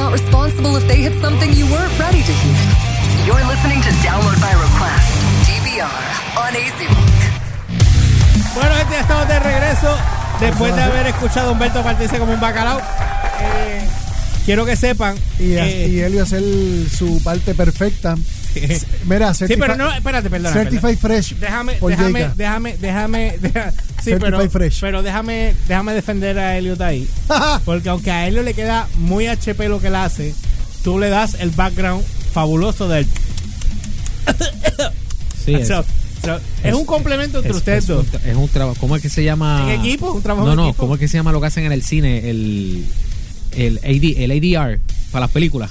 responsible if they hit something you weren't ready to hear. You're listening to Download by Request, DVR, on AZMUK. Bueno, gente, ya estamos de regreso. Después de haber escuchado a Humberto partirse como un bacalao, eh, quiero que sepan. Y, a- eh, y él iba a hacer su parte perfecta. S- Mira, sí, certifi- pero no, espérate, perdona. Certified Fresh. Déjame, por déjame, Jayca. déjame, déjame, deja- sí, Certified pero, fresh. pero déjame, déjame defender a Elliot ahí. Porque aunque a Elliot le queda muy HP lo que él hace, tú le das el background fabuloso del. Sí, es, So, so, es, es- un complemento entre es- ustedes es dos. un tra- es un trabajo. ¿Cómo es que se llama? ¿En equipo? ¿Un trabajo No, en no. equipo? ¿Cómo es que se llama lo que hacen en el cine? El, el, AD, el ADR para las películas.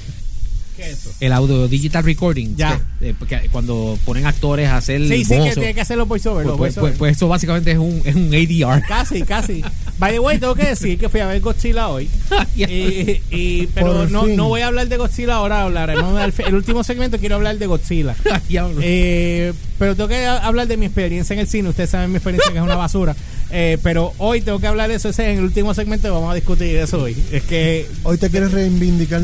¿Qué es eso? El audio digital recording. Ya. Que- eh, porque cuando ponen actores a hacer. Sí, sí, que voces. tiene que hacer los voiceovers. Pues, los pues- voiceovers. pues- pues eso básicamente es un, es un ADR. Casi, casi. By the way, tengo que decir que fui a ver Godzilla hoy. Y- y- pero Por no, fin. no voy a hablar de Godzilla ahora, hablaremos al fi- el último segmento quiero hablar de Godzilla. Diablo. Eh, pero tengo que ha- hablar de mi experiencia en el cine. Ustedes saben mi experiencia que es una basura. Eh, pero hoy tengo que hablar de eso. Ese es en el último segmento. Vamos a discutir eso hoy. Es que Hoy te quieres reivindicar.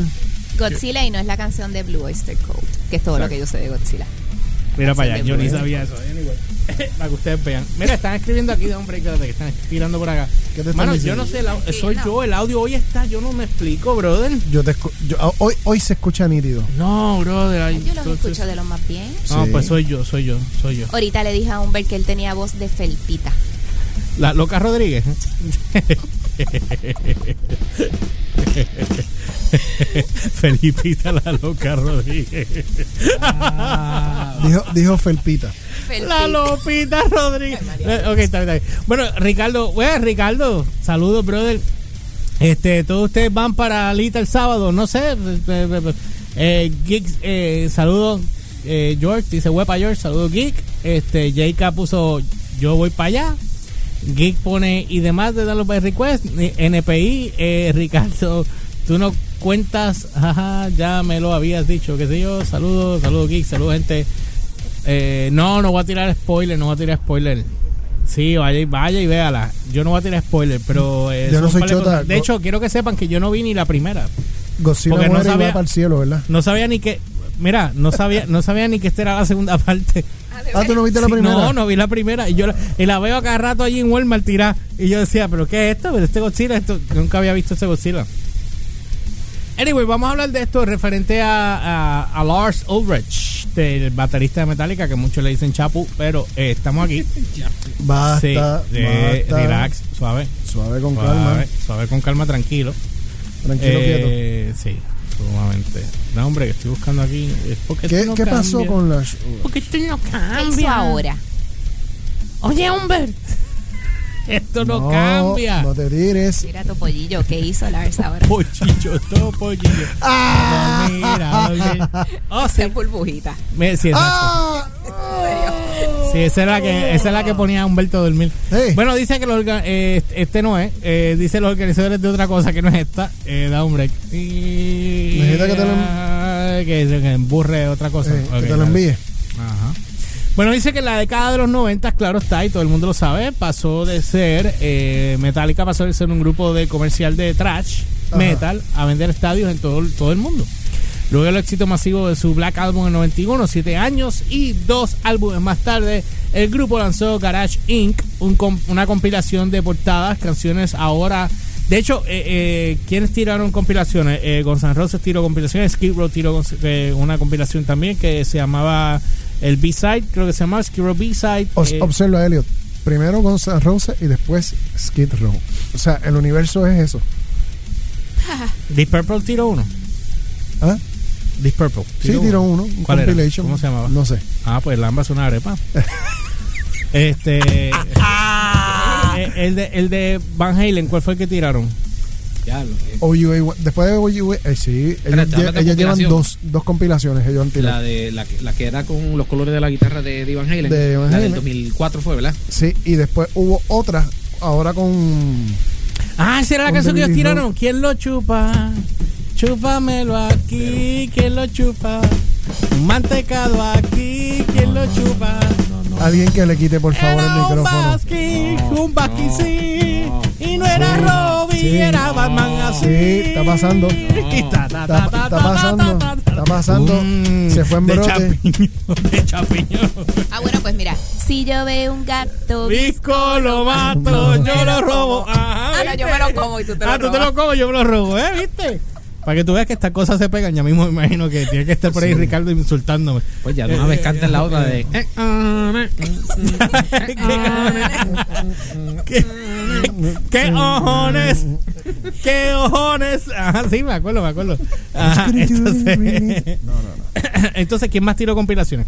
Godzilla y no es la canción de Blue Oyster Cult, que es todo lo que yo sé de Godzilla. Mira para allá, Así yo de ni bueno. sabía eso. Anyway, ¿eh? para que ustedes vean. Mira, están escribiendo aquí de hombre, espérate, que están tirando por acá. ¿Qué te están Mano, yo diciendo? no sé, la- soy yo, el audio hoy está, yo no me explico, brother. Yo te escu- yo- ah, hoy, hoy se escucha nítido. No, brother. ay, Yo los entonces- escucho de lo más bien. No, Sí. pues soy yo, soy yo, soy yo. Ahorita le dije a Humbert que él tenía voz de felpita. La Loca Rodríguez. Felipita la Loca Rodríguez. Dijo, dijo Felpita. Felpita. La Lopita Rodríguez. Eh, ok, está bien, está bien. Bueno, Ricardo, wey, Ricardo, saludos, brother. Este, todos ustedes van para Alita el sábado, no sé. eh, eh, eh, Geeks, eh, saludos, eh, George, dice wey para George, saludos, Geek. Este, Jayka puso, yo voy para allá. Geek pone, y demás de Download by Request, eh, NPI, eh, Ricardo, tú no cuentas, jaja, ya me lo habías dicho, qué sé yo. Saludos, saludos, Geek, saludos, gente. Eh, no, no voy a tirar spoiler, no voy a tirar spoiler. Sí, vaya, y- vaya y véala. Yo no voy a tirar spoiler, pero... eh, Yo son no soy un par de chota. cosas. De hecho, quiero que sepan que yo no vi ni la primera. Godzilla Porque no muere y sabía- va para el cielo, ¿verdad? No sabía ni que... Mira, no sabía, no sabía ni que esta era la segunda parte. Ah, tú no viste la Sí, primera. No, no vi la primera. Y yo la, y la veo a cada rato allí en Walmart tirar. Y yo decía, ¿pero qué es esto? Pero este Godzilla, esto, yo nunca había visto este Godzilla. Anyway, vamos a hablar de esto referente a, a- a Lars Ulrich, del baterista de Metallica, que muchos le dicen Chapu, pero eh, estamos aquí. Basta, Sí, eh, basta. relax, suave. Suave con suave, calma. Suave con calma, tranquilo. Tranquilo, quieto. Eh, Sí, sumamente. No, hombre, que estoy buscando aquí. eh, ¿por qué ¿Qué, tú no qué pasó cambias? con la... ¿Por qué tú no ¿Qué hizo cambias? ahora? Oye, Humbert, esto no, cambia. No te tires. Mira tu pollillo, ¿qué hizo Lars ahora? Pochillo, todo pochillo. ¡Ah! No, mira, oye. Oh, sí. Esa burbujita. Me- sí, exacto. ¡Ah! Sí, esa es la que, esa es la que ponía a Humberto a dormir. Sí. Bueno, dice que los orga- eh, este no es. Eh, dice los organizadores de otra cosa que no es esta. Eh, da un break. Y- Necesita que te lo- Ah, que, que emburre otra cosa. Eh, Ok, que te lo dale. envíe. Ajá. Bueno, dice que en la década de los 90, claro está, y todo el mundo lo sabe, pasó de ser, eh, Metallica pasó de ser un grupo de comercial de trash Ajá. metal a vender estadios en todo, todo el mundo. Luego el éxito masivo de su Black Album en 91, 7 años y dos álbumes más tarde, el grupo lanzó Garage Inc., un com- una compilación de portadas, canciones ahora... De hecho, eh, eh, ¿quiénes tiraron compilaciones? Eh, Guns N' Roses tiró compilaciones, Skid Row tiró cons- eh, una compilación también que se llamaba el B-Side, creo que se llamaba Skid Row B-Side. Os- eh, Observa, Elliot. Primero Guns N' Roses y después Skid Row. O sea, el universo es eso. Deep Purple tiró uno. ¿Ah? Deep Purple. Sí, tiró uno. Un ¿Cuál era? compilation. ¿Cómo se llamaba? No sé. Ah, pues Lamba es una arepa. este. eh, el, de, el de Van Halen, ¿cuál fue el que tiraron? Diablo. Eh, OUA, después de OUA, eh, sí, Espérate, ellos, lle- habla de ellos llevan compilación. dos, dos compilaciones, ellos han La, tirado. de, la, que- la que era con los colores de la guitarra de, de Van Halen. De Van la del Halen. 2004 fue, ¿verdad? Sí, y después hubo otra, ahora con... Ah, esa era la Con canción que ellos David Bowie. tiraron. ¿Quién lo chupa? Chúpamelo aquí, ¿quién lo chupa? Un mantecado aquí, ¿quién lo chupa? Alguien que le quite por favor el Era un micrófono. basqui, un basqui sí, no, y no era Sí. Robin, si era Batman así. Sí, está pasando. Y ta, ta, ta, Está, ta, está ta, pasando, ta, ta, ta. está pasando. Mm, se fue en de brote. Chapiño, de Chapiño. Ah, bueno, pues mira. Si yo veo un gato. Visco lo mato, yo lo robo. Ajá, Ah, no, yo ¿viste? me lo como y tú te lo Ah, tú te lo robas. como, yo me lo robo, ¿eh? ¿Viste? Para que tú veas que estas cosas se pegan, ya mismo me imagino que tiene que estar por ahí Ricardo insultándome. Pues ya de una vez canten la otra de. eh, ah, me, ¿Qué, ¿Qué, qué ojones? ¿Qué ojones? Ajá, sí, me acuerdo, me acuerdo. Ajá, entonces, entonces, ¿quién más tiró compilaciones?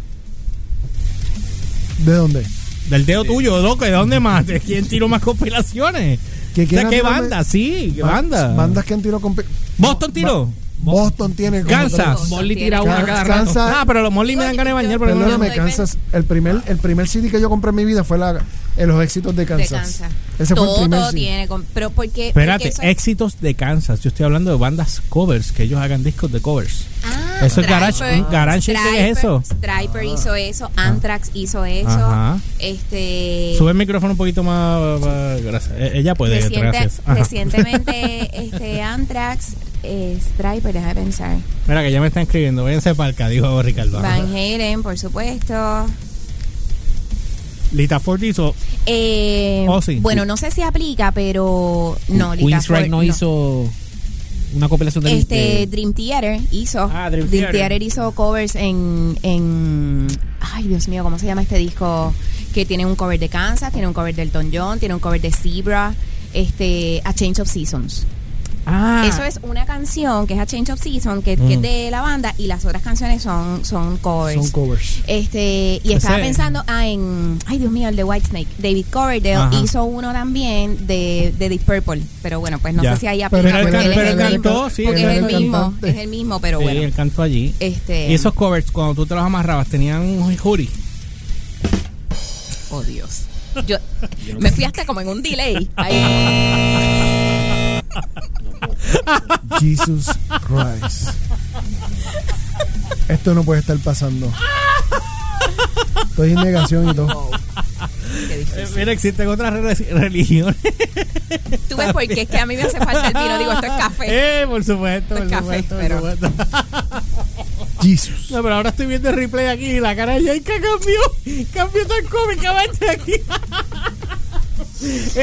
¿De dónde? Del dedo tuyo, loco, ¿de dónde más? ¿De quién tiró más compilaciones? ¿Que O sea, quieran ¿Qué tirarme? banda? Sí, ¿qué Ba- banda? Bandas que han tirado con. ¿Boston tiró? Boston tiene. como Kansas. Boston Molly tiene- tira una Can- cada rato. Kansas. Ah, pero los Molly me dan ganas de bañar, pero no, no, no. Perdóname, estoy Kansas. El primer, el primer CD que yo compré en mi vida fue la, en los éxitos de De Kansas. Kansas. Ese todo fue el primer CD. tiene. con- Pero porque. Espérate, eh, porque eso- éxitos de Kansas. Yo estoy hablando de bandas covers, que ellos hagan discos de covers. Ah, Eso es garage- Striper, un garage shake, ¿qué es Striper, eso? Ah. Striper hizo eso, Anthrax hizo eso. Ajá. Este. Sube el micrófono un poquito más. más- gracias. Eh, Ella puede, reciente- gracias. Ajá. Recientemente, este Anthrax, eh, Striper, déjame pensar. Mira, que ya me están escribiendo. Váyanse para acá, dijo Ricardo. Ajá. Van Halen, por supuesto. Lita Ford hizo. Eh, Oh, sí. Bueno, no sé si aplica, pero no, Lita Queen's Strike Ford, no hizo una compilación de. Este, de- Dream Theater hizo. Ah, Dream Theater. hizo covers en, en. Ay, Dios mío, ¿cómo se llama este disco? Que tiene un cover de Kansas, tiene un cover del Elton John, tiene un cover de Zebra, este, A Change of Seasons. ah, Eso es una canción que es A Change of Season, que, que es de la banda, y las otras canciones son, son covers. Son covers. Este, y estaba Ese- pensando ah, en, ay Dios mío, el de Whitesnake. David Coverdale Ajá. hizo uno también de, de Deep Purple, pero bueno, pues no Ya. sé si ahí Pero aplica él porque can- él es pero el él mismo, cantó, sí, él porque es era el el mismo, cantante. es el mismo, pero Sí, bueno. el canto allí. Este, Y esos covers, cuando tú te los amarrabas, tenían un hoodie. oh Dios. Yo me fui hasta como en un delay. Ahí. Jesus Christ. Esto no puede estar pasando. Estoy en negación y todo. Oh. Qué difícil. Eh, Mira, existen otras re- religiones. Tú ves por qué es que a mí me hace falta el vino, digo, esto es café. Eh, por supuesto, Esto es por café, supuesto, por pero- supuesto. Jesus. No, pero ahora estoy viendo el replay aquí y la cara de Yaika cambió. Cambió tan cómicamente aquí.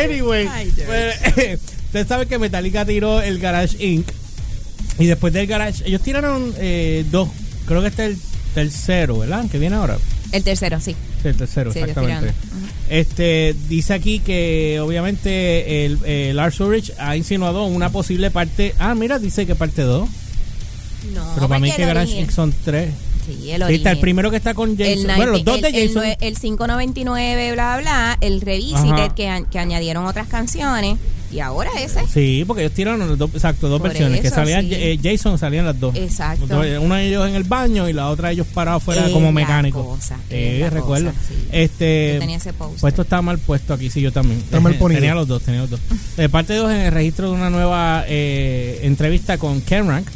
anyway, Ay, Dios. pues, ustedes saben que Metallica tiró el Garage Inc. Y después del Garage, ellos tiraron eh, dos. Creo que este es el tercero, ¿verdad? Que viene ahora. El tercero, sí. Sí, el tercero, Sí, ellos exactamente. tiraron. Este dice aquí que obviamente el, eh, Lars Ulrich ha insinuado una posible parte. Ah, mira, dice que parte 2. Ah, No, Pero para mí porque que el Garage origen- Inc. son 3. Sí, el Sí, está el origen. primero que está con Jason. el, bueno, los dos de 90 el- el Jason. nue- El, 599, bla, bla, el Revisited, Ajá. que, a- que añadieron otras canciones. Y ahora ese. sí, porque ellos tiraron los dos, exacto, dos Por versiones. que eso, salían sí. eh, Jason, salían las dos. Exacto. Los dos, eh, Uno de ellos en el baño y la otra ellos parados fuera Es como la mecánico. cosa, Eh, es la recuerdo. cosa, sí. Este, Yo tenía ese póster. Puesto está mal puesto aquí, sí, yo también. Eh, Está mal ponido. Tenía los dos, tenía los dos. De parte de dos, en el registro de una nueva eh, entrevista con Ken Rank.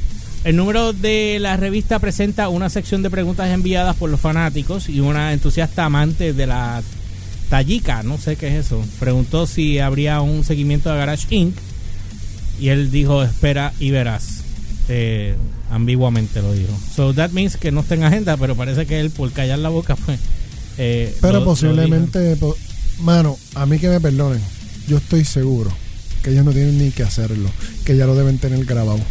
El número de la revista presenta una sección de preguntas enviadas por los fanáticos y una entusiasta amante de la tallica, no sé qué es eso. Preguntó si habría un seguimiento de Garage Inc. Y él dijo, espera y verás. Eh, ambiguamente lo dijo. So that means que no está en agenda, pero parece que él por callar la boca, pues. eh, lo- Pero lo posiblemente, po- mano, a mí que me perdonen, yo estoy seguro que ellos no tienen ni que hacerlo, que ya lo deben tener grabado.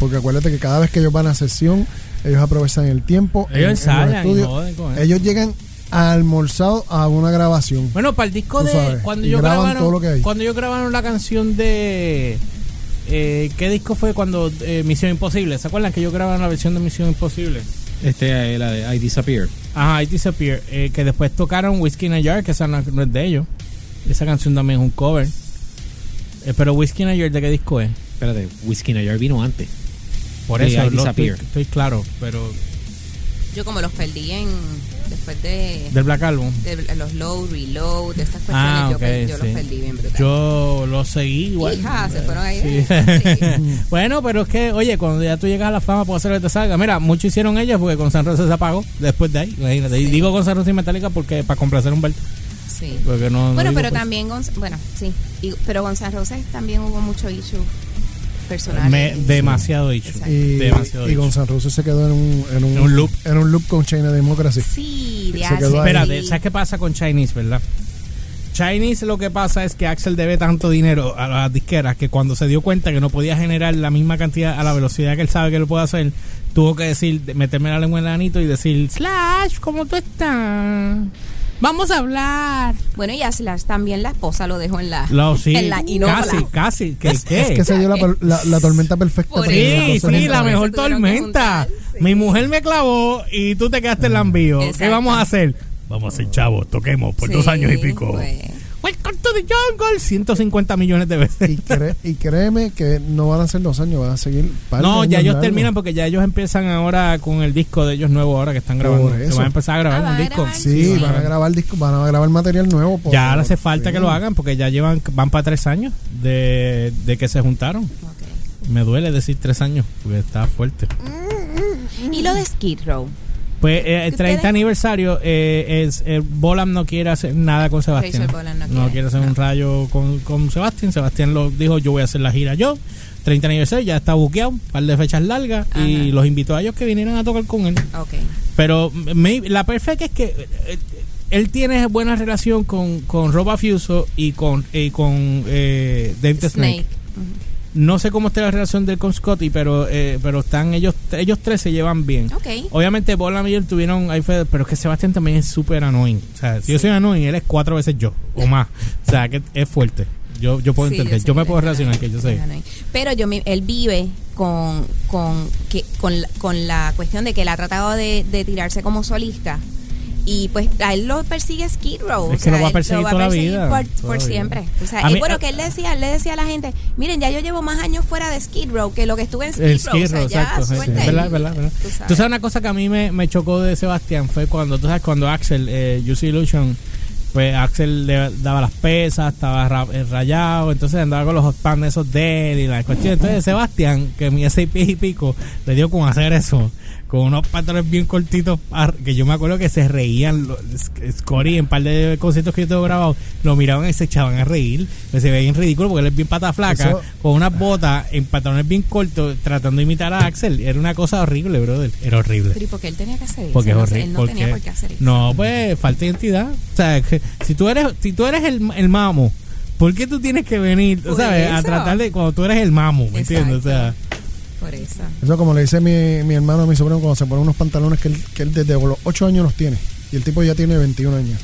Porque acuérdate que cada vez que ellos van a sesión, ellos aprovechan el tiempo. Ellos ensayan y estudios. joden con eso. ellos llegan almorzados a una grabación. Bueno, para el disco Tú de. sabes, cuando y yo graban grabaron. todo lo que hay. Cuando yo grabaron la canción de. eh, ¿Qué disco fue cuando eh, Misión Imposible? ¿Se acuerdan que yo grabaron la versión de Misión Imposible? este, eh, la de I Disappear. Ajá, It Disappear. eh, que después tocaron Whiskey in a Jar, que esa no no es de ellos. Esa canción también es un cover. Eh, pero Whiskey in a Jar, ¿de qué disco es? Espérate, Whiskey in a Jar vino antes. Por De eso I lo- estoy, Disappear. estoy claro, pero. Yo como los perdí en después de, Del Black Album. de los low, reload, de esas cuestiones, Ah, Pues yo, per- ok, yo sí. los perdí bien brutal. Yo lo seguí igual. Hija, se fueron ahí. Sí. bueno, pero es que, oye, cuando ya tú llegas a la fama, puedo hacer lo que te salga. Mira, mucho hicieron ellas porque con San Rosa se apagó después de ahí. Imagínate. Y digo con San Rosa y Metallica porque para complacer a Humberto. Sí. Porque no- no bueno, digo pues, pero por- también, Gonz- bueno, sí. Y- pero Gonzalo Roses también hubo mucho issue personal. Me- demasiado dicho. Exacto. Y, Demasiado y dicho. Gonzalo Russo se quedó en un, en un, En un loop. En un loop con China Democracy. Sí, de Se hace- quedó ahí. Espérate, sí. ¿sabes qué pasa con Chinese, verdad? Chinese lo que pasa es que Axel debe tanto dinero a las disqueras que cuando se dio cuenta que no podía generar la misma cantidad a la velocidad que él sabe que lo puede hacer, tuvo que decir, meterme la lengua en el anito y decir, Slash, ¿cómo tú estás? Vamos a hablar. Bueno, y a Slash también la esposa lo dejó en la. Lo, sí, en la inócula. casi, casi. ¿Qué, qué? Es que se dio la, per- la, la tormenta perfecta. Por para eso. que Sí, las cosas sí, no la se- mejor Se tuvieron que tormenta. juntar, sí. Mi mujer me clavó y tú te quedaste en lambío. ¿Qué Exacto. vamos a hacer? Vamos a ser chavos, toquemos por dos Sí, años y pico. pues. Welcome to the jungle. 150 millones de Y, veces. cre- y créeme que no van a ser dos años, van a seguir. par de No, años ya ellos largos. terminan porque ya ellos empiezan ahora con el disco de ellos nuevo ahora que están Por grabando. Se eso. van a empezar a Ah, grabar van un a disco. grabar. Sí, Sí. van a grabar disco, van a grabar material nuevo. por- Ya ahora hace falta sí. que lo hagan porque ya llevan, van para tres años de, de que se juntaron. Ok. Me duele decir tres años porque está fuerte. Y lo de Skid Row. Pues eh, el ¿Ustedes? 30 aniversario, eh, es, eh, Bolam no quiere hacer nada con Sebastián. Rachel Bolan no quiere, hacer un rayo con, con Sebastián. Sebastián lo dijo, yo voy a hacer la gira yo. 30 aniversario, ya está buqueado, un par de fechas largas y Ajá. los invitó a ellos que vinieran a tocar con él. Ok. Pero me- la perfecta es que eh, eh, él tiene buena relación con, con Rob Afuso y con, y con eh, Dave the Snake. Snake. Ujú. No sé cómo está la relación de él con Scotty, pero, eh, pero están ellos, ellos tres se llevan bien. Ok. Obviamente Bola y él tuvieron ahí fue- pero es que Sebastián también es súper annoying. O sea, si yo soy annoying, él es cuatro veces yo o más. O sea, que es fuerte. Yo, yo puedo Sí, entender, sé yo, me que puedo está relacionar, ahí, que yo sé. está ahí. Pero yo me- él vive con con que con la, con la cuestión de que él ha tratado de, de tirarse como solista. Y pues a él lo persigue Skid Row. Es que lo va a él perseguir toda la vida, Por, toda por la vida. siempre. O sea, A es mí- bueno que él decía, él le decía a la gente, miren, ya yo llevo más años fuera de Skid Row que lo que estuve en Skid Row. El Skid Row, o sea, exacto. ya, sí. suerte. ¿Verdad, verdad, verdad? Tú sabes. Tú sabes una cosa que a mí me, me chocó de Sebastián fue cuando, tú sabes, cuando Axel, eh, Juicy Illusion, pues Axel le daba las pesas, estaba ra- eh, rayado, entonces andaba con los hot pants esos de él y la cuestión. Entonces Sebastián, que mi seis pies y pico, le dio con hacer eso, con unos pantalones bien cortitos, ar- que yo me acuerdo que se reían, los- Scotty en un par de conciertos que yo tengo grabado, lo miraban y se echaban a reír, que se veían ridículo porque él es bien pata flaca, Eso- con unas botas en pantalones bien cortos, tratando de imitar a Axel. Era una cosa horrible, brother. Era horrible. Pero ¿y por qué él tenía que hacer eso? Porque es No sé, horrible. Él no porque- tenía por qué hacer eso. No, pues falta de identidad. O sea, que si tú eres, si tú eres el, el mamo, ¿por qué tú tienes que venir, Por sabes, a eso. tratar de cuando tú eres el mamo, ¿me entiendes? O sea, Por eso. Eso como le dice mi, mi hermano a mi sobrino cuando se pone unos pantalones que él, que él desde los 8 años los tiene. Y el tipo ya tiene 21 años.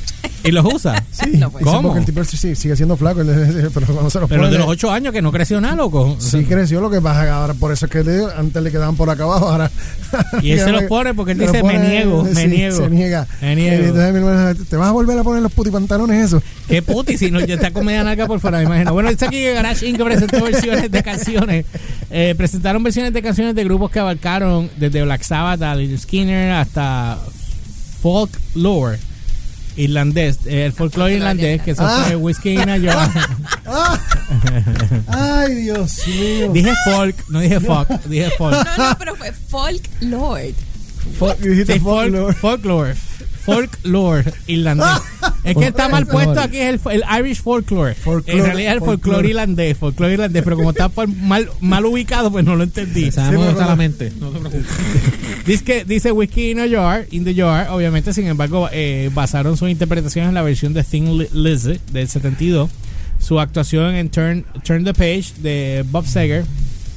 y los usa. No Dice, pues. puede ¿Cómo? Porque el tipo sí, sí, sigue siendo flaco, él- él- pero cuando se los Pero pone- de los ocho años que no creció nada, loco. Sí creció lo que pasa que ahora, por eso es que le- antes le quedaban por acá abajo, ahora... Y él se los pone porque él se los dice, "Me niego, me sí, niego, Se niega. me niego". Y entonces mi hermano, ¿te vas a volver a poner los putipantalones esos? Qué puti, si no, yo está con media nalga por fuera, me imagino. Bueno, está aquí que Garage Inc. presentó versiones de canciones. Eh, presentaron versiones de canciones de grupos que abarcaron desde Black Sabbath a Little Skinner hasta folklore irlandés. Eh, el folklore folklore irlandés, Ah. que eso irlandés. fue Whiskey in a Jar. ¡Ah! ¡Ay, Dios mío! Dije folk, no dije folk, dije folk. No, no, pero fue folklore. Fuck, dijiste Sí, fuck, folk- Lord. folklore. Folklore irlandés. Es que está mal puesto aquí es el, el Irish folklore. Folklore, en realidad es el folklore, folklore. irlandés, folklore irlandés, pero como está por- mal, mal ubicado, pues no lo entendí. Sabemos Sí, hasta pero- la mente. No te preocupes. Dice, que- dice Whiskey in a Jar, in the Jar, obviamente, sin embargo, eh, basaron sus interpretaciones en la versión de Thin Li- Lizzy del 72. Su actuación en Turn, Turn the Page de Bob Seger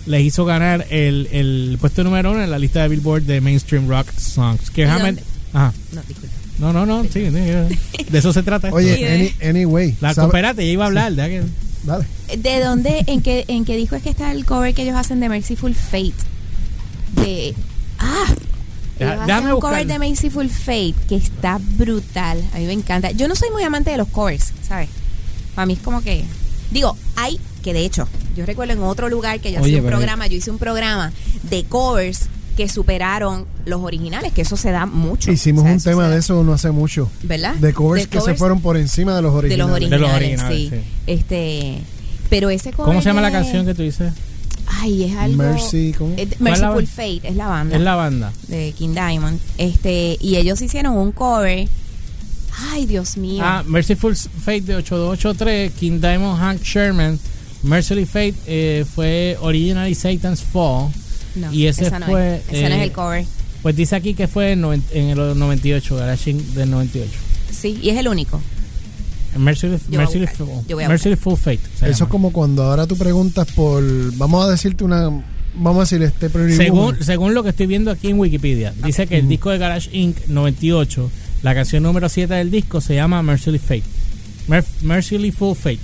les hizo ganar el, el puesto número uno en la lista de Billboard de Mainstream Rock Songs. Que ¿Y realmente- Ajá. No, disculpa. No, no, no, sí, sí, sí. de eso se trata. esto. Oye, any- anyway. la, ¿sabe- espérate, ya iba a hablar. ¿verdad? que- Dale. ¿De dónde, en qué, en qué disco es que está el cover que ellos hacen de Merciful Fate? De. ¡Ah! Deja- Ellos hacen déjame un cover buscarlo. de Merciful Fate que está brutal. A mí me encanta. Yo no soy muy amante de los covers, ¿sabes? Para mí es como que. Digo, hay que de hecho, yo recuerdo en otro lugar que yo Oye, hacía un pero- programa, yo hice un programa de covers que superaron los originales, que eso se da mucho. Hicimos O sea, un se tema da- de eso no hace mucho. ¿Verdad? De covers De que se covers fueron por encima de los de los originales. originales, De los originales, sí. sí. Este, pero ese cover ¿Cómo se llama la de- canción que tú dices? Ay, es algo Mercy, ¿cómo? Eh, de- ¿Cuál es la Merciful banda? Fate es la banda Es la banda. de King Diamond. Este, y ellos hicieron un cover. Ay, Dios mío. Ah, Merciful Fate de 8283, King Diamond, Hank Sherman. Merciful Fate eh, fue Originally Satan's Fall. no, y ese esa no fue, es. Ese no es eh, el cover. Pues dice aquí que fue en, noven- en el 98, Garashing del 98. Sí, y es el único. Merciful, Yo voy a Merciful, buscar, yo voy a Merciful Fate. se Eso es llama. como cuando ahora tú preguntas por. Vamos a decirte una. Vamos a decir este priority Según, woman. según lo que estoy viendo aquí en Wikipedia, dice que el disco de Garage Inc. 98, la canción número 7 del disco se llama Merciful Fate. Merc- Mercifully Full Fate,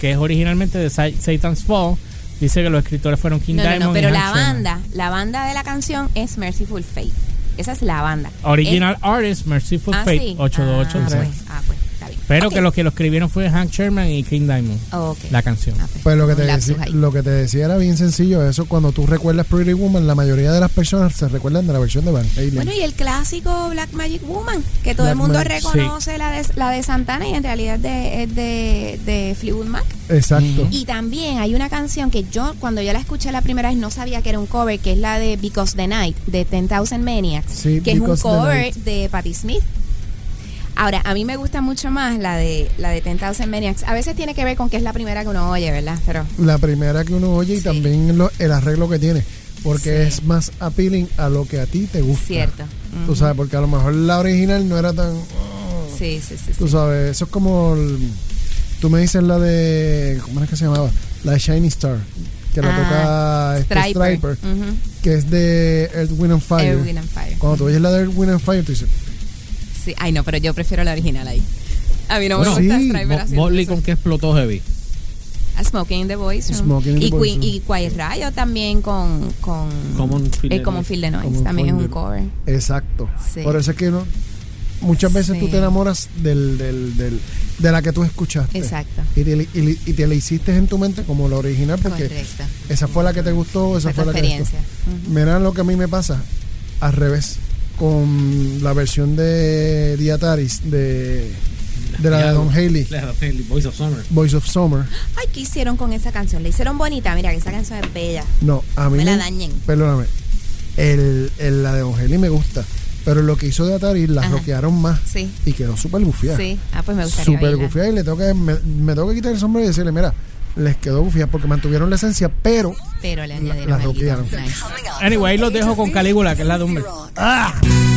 que es originalmente de Sa- Satan's Fall. Dice que los escritores fueron King No, no, Diamond. no, y pero Hank la Sherman. banda, la banda de la canción es Merciful Fate. Esa es la banda. Original artist Merciful Es- eh, ah, Fate sí. 8283. Ah, pues, ah, pues, está bien. Pero Ok. que los que lo escribieron fue Hank Sherman y King Diamond. Ok. La canción. Ah, pues, Pues lo que, un te lapsus decí- ahí. lo que te decía era bien sencillo. Eso cuando tú recuerdas Pretty Woman, la mayoría de las personas se recuerdan de la versión de Van Halen. Bueno, y el clásico Black Magic Woman, que todo Black el mundo Magic, reconoce la, de, la de Santana y en realidad de- es de, de Fleetwood Mac. Exacto. Y Mm. también hay una canción que yo, cuando yo la escuché la primera vez, no sabía que era un cover, que es la de Because the Night, de 10,000 Maniacs, Sí, que es un Because the cover Night. de Patti Smith. Ahora, a mí me gusta mucho más la de la de 10,000 Maniacs. A veces tiene que ver con que es la primera que uno oye, ¿verdad? Pero La primera que uno oye y también lo- el arreglo que tiene. Porque es más appealing a lo que a ti te gusta. cierto. Mm. Tú sabes, porque a lo mejor la original no era tan. Sí, sí, sí. sí. Tú sabes, eso es como. el- tú me dices la de. ¿Cómo es que se llamaba? La de Shiny Star. Que la Ah, toca este Striper. Striper. Ujú. Que es de Earth, Wind and Fire. Earth, Wind and Fire. Mm. Cuando tú oyes la de Earth, Wind and Fire, tú dices. Sí, ay no, pero yo prefiero la original ahí. A mí no Bueno, me gusta Ah, sí, Striper Bo- haciendo Botley eso. con que explotó Heavy. A Smoking in the Boys. ¿no? Smoking in the y, Boys, Queen- ¿no? y Quiet Riot también con, con Common Field eh, de Common Noise. Field de Noise. Common también es un Field de- cover. Exacto. Sí. Por eso es que no, muchas veces tú Sí. te enamoras del, del, del- de la que tú escuchaste. Exacto. Y te, y le- y te la hiciste en tu mente como la original porque Correcto. esa fue la que te gustó, esa Fue tu fue, la que te gustó. experiencia. Mira lo que a mí me pasa al revés con la versión de Diataris de, de la de Don Haley, Voice of Summer. Voice of Summer. Ay, ¿qué hicieron con esa canción? La hicieron bonita. Mira, que esa canción es bella. No, a mí Me la dañen. Perdóname. El, el- la de Don Haley me gusta, pero lo que hizo de Atari la Ajá. roquearon más Sí. y quedó súper gufiada. Sí. Ah, pues me gustaría Súper bailar. gufiada y le tengo que, me, me tengo que quitar el sombrero y decirle, mira, les quedó gufiada porque mantuvieron la esencia, pero Pero le La- añadieron la algo. roquearon. Nice. Coming up. Anyway, ahí los dejo con Calígula, que es la de un mes. Rock.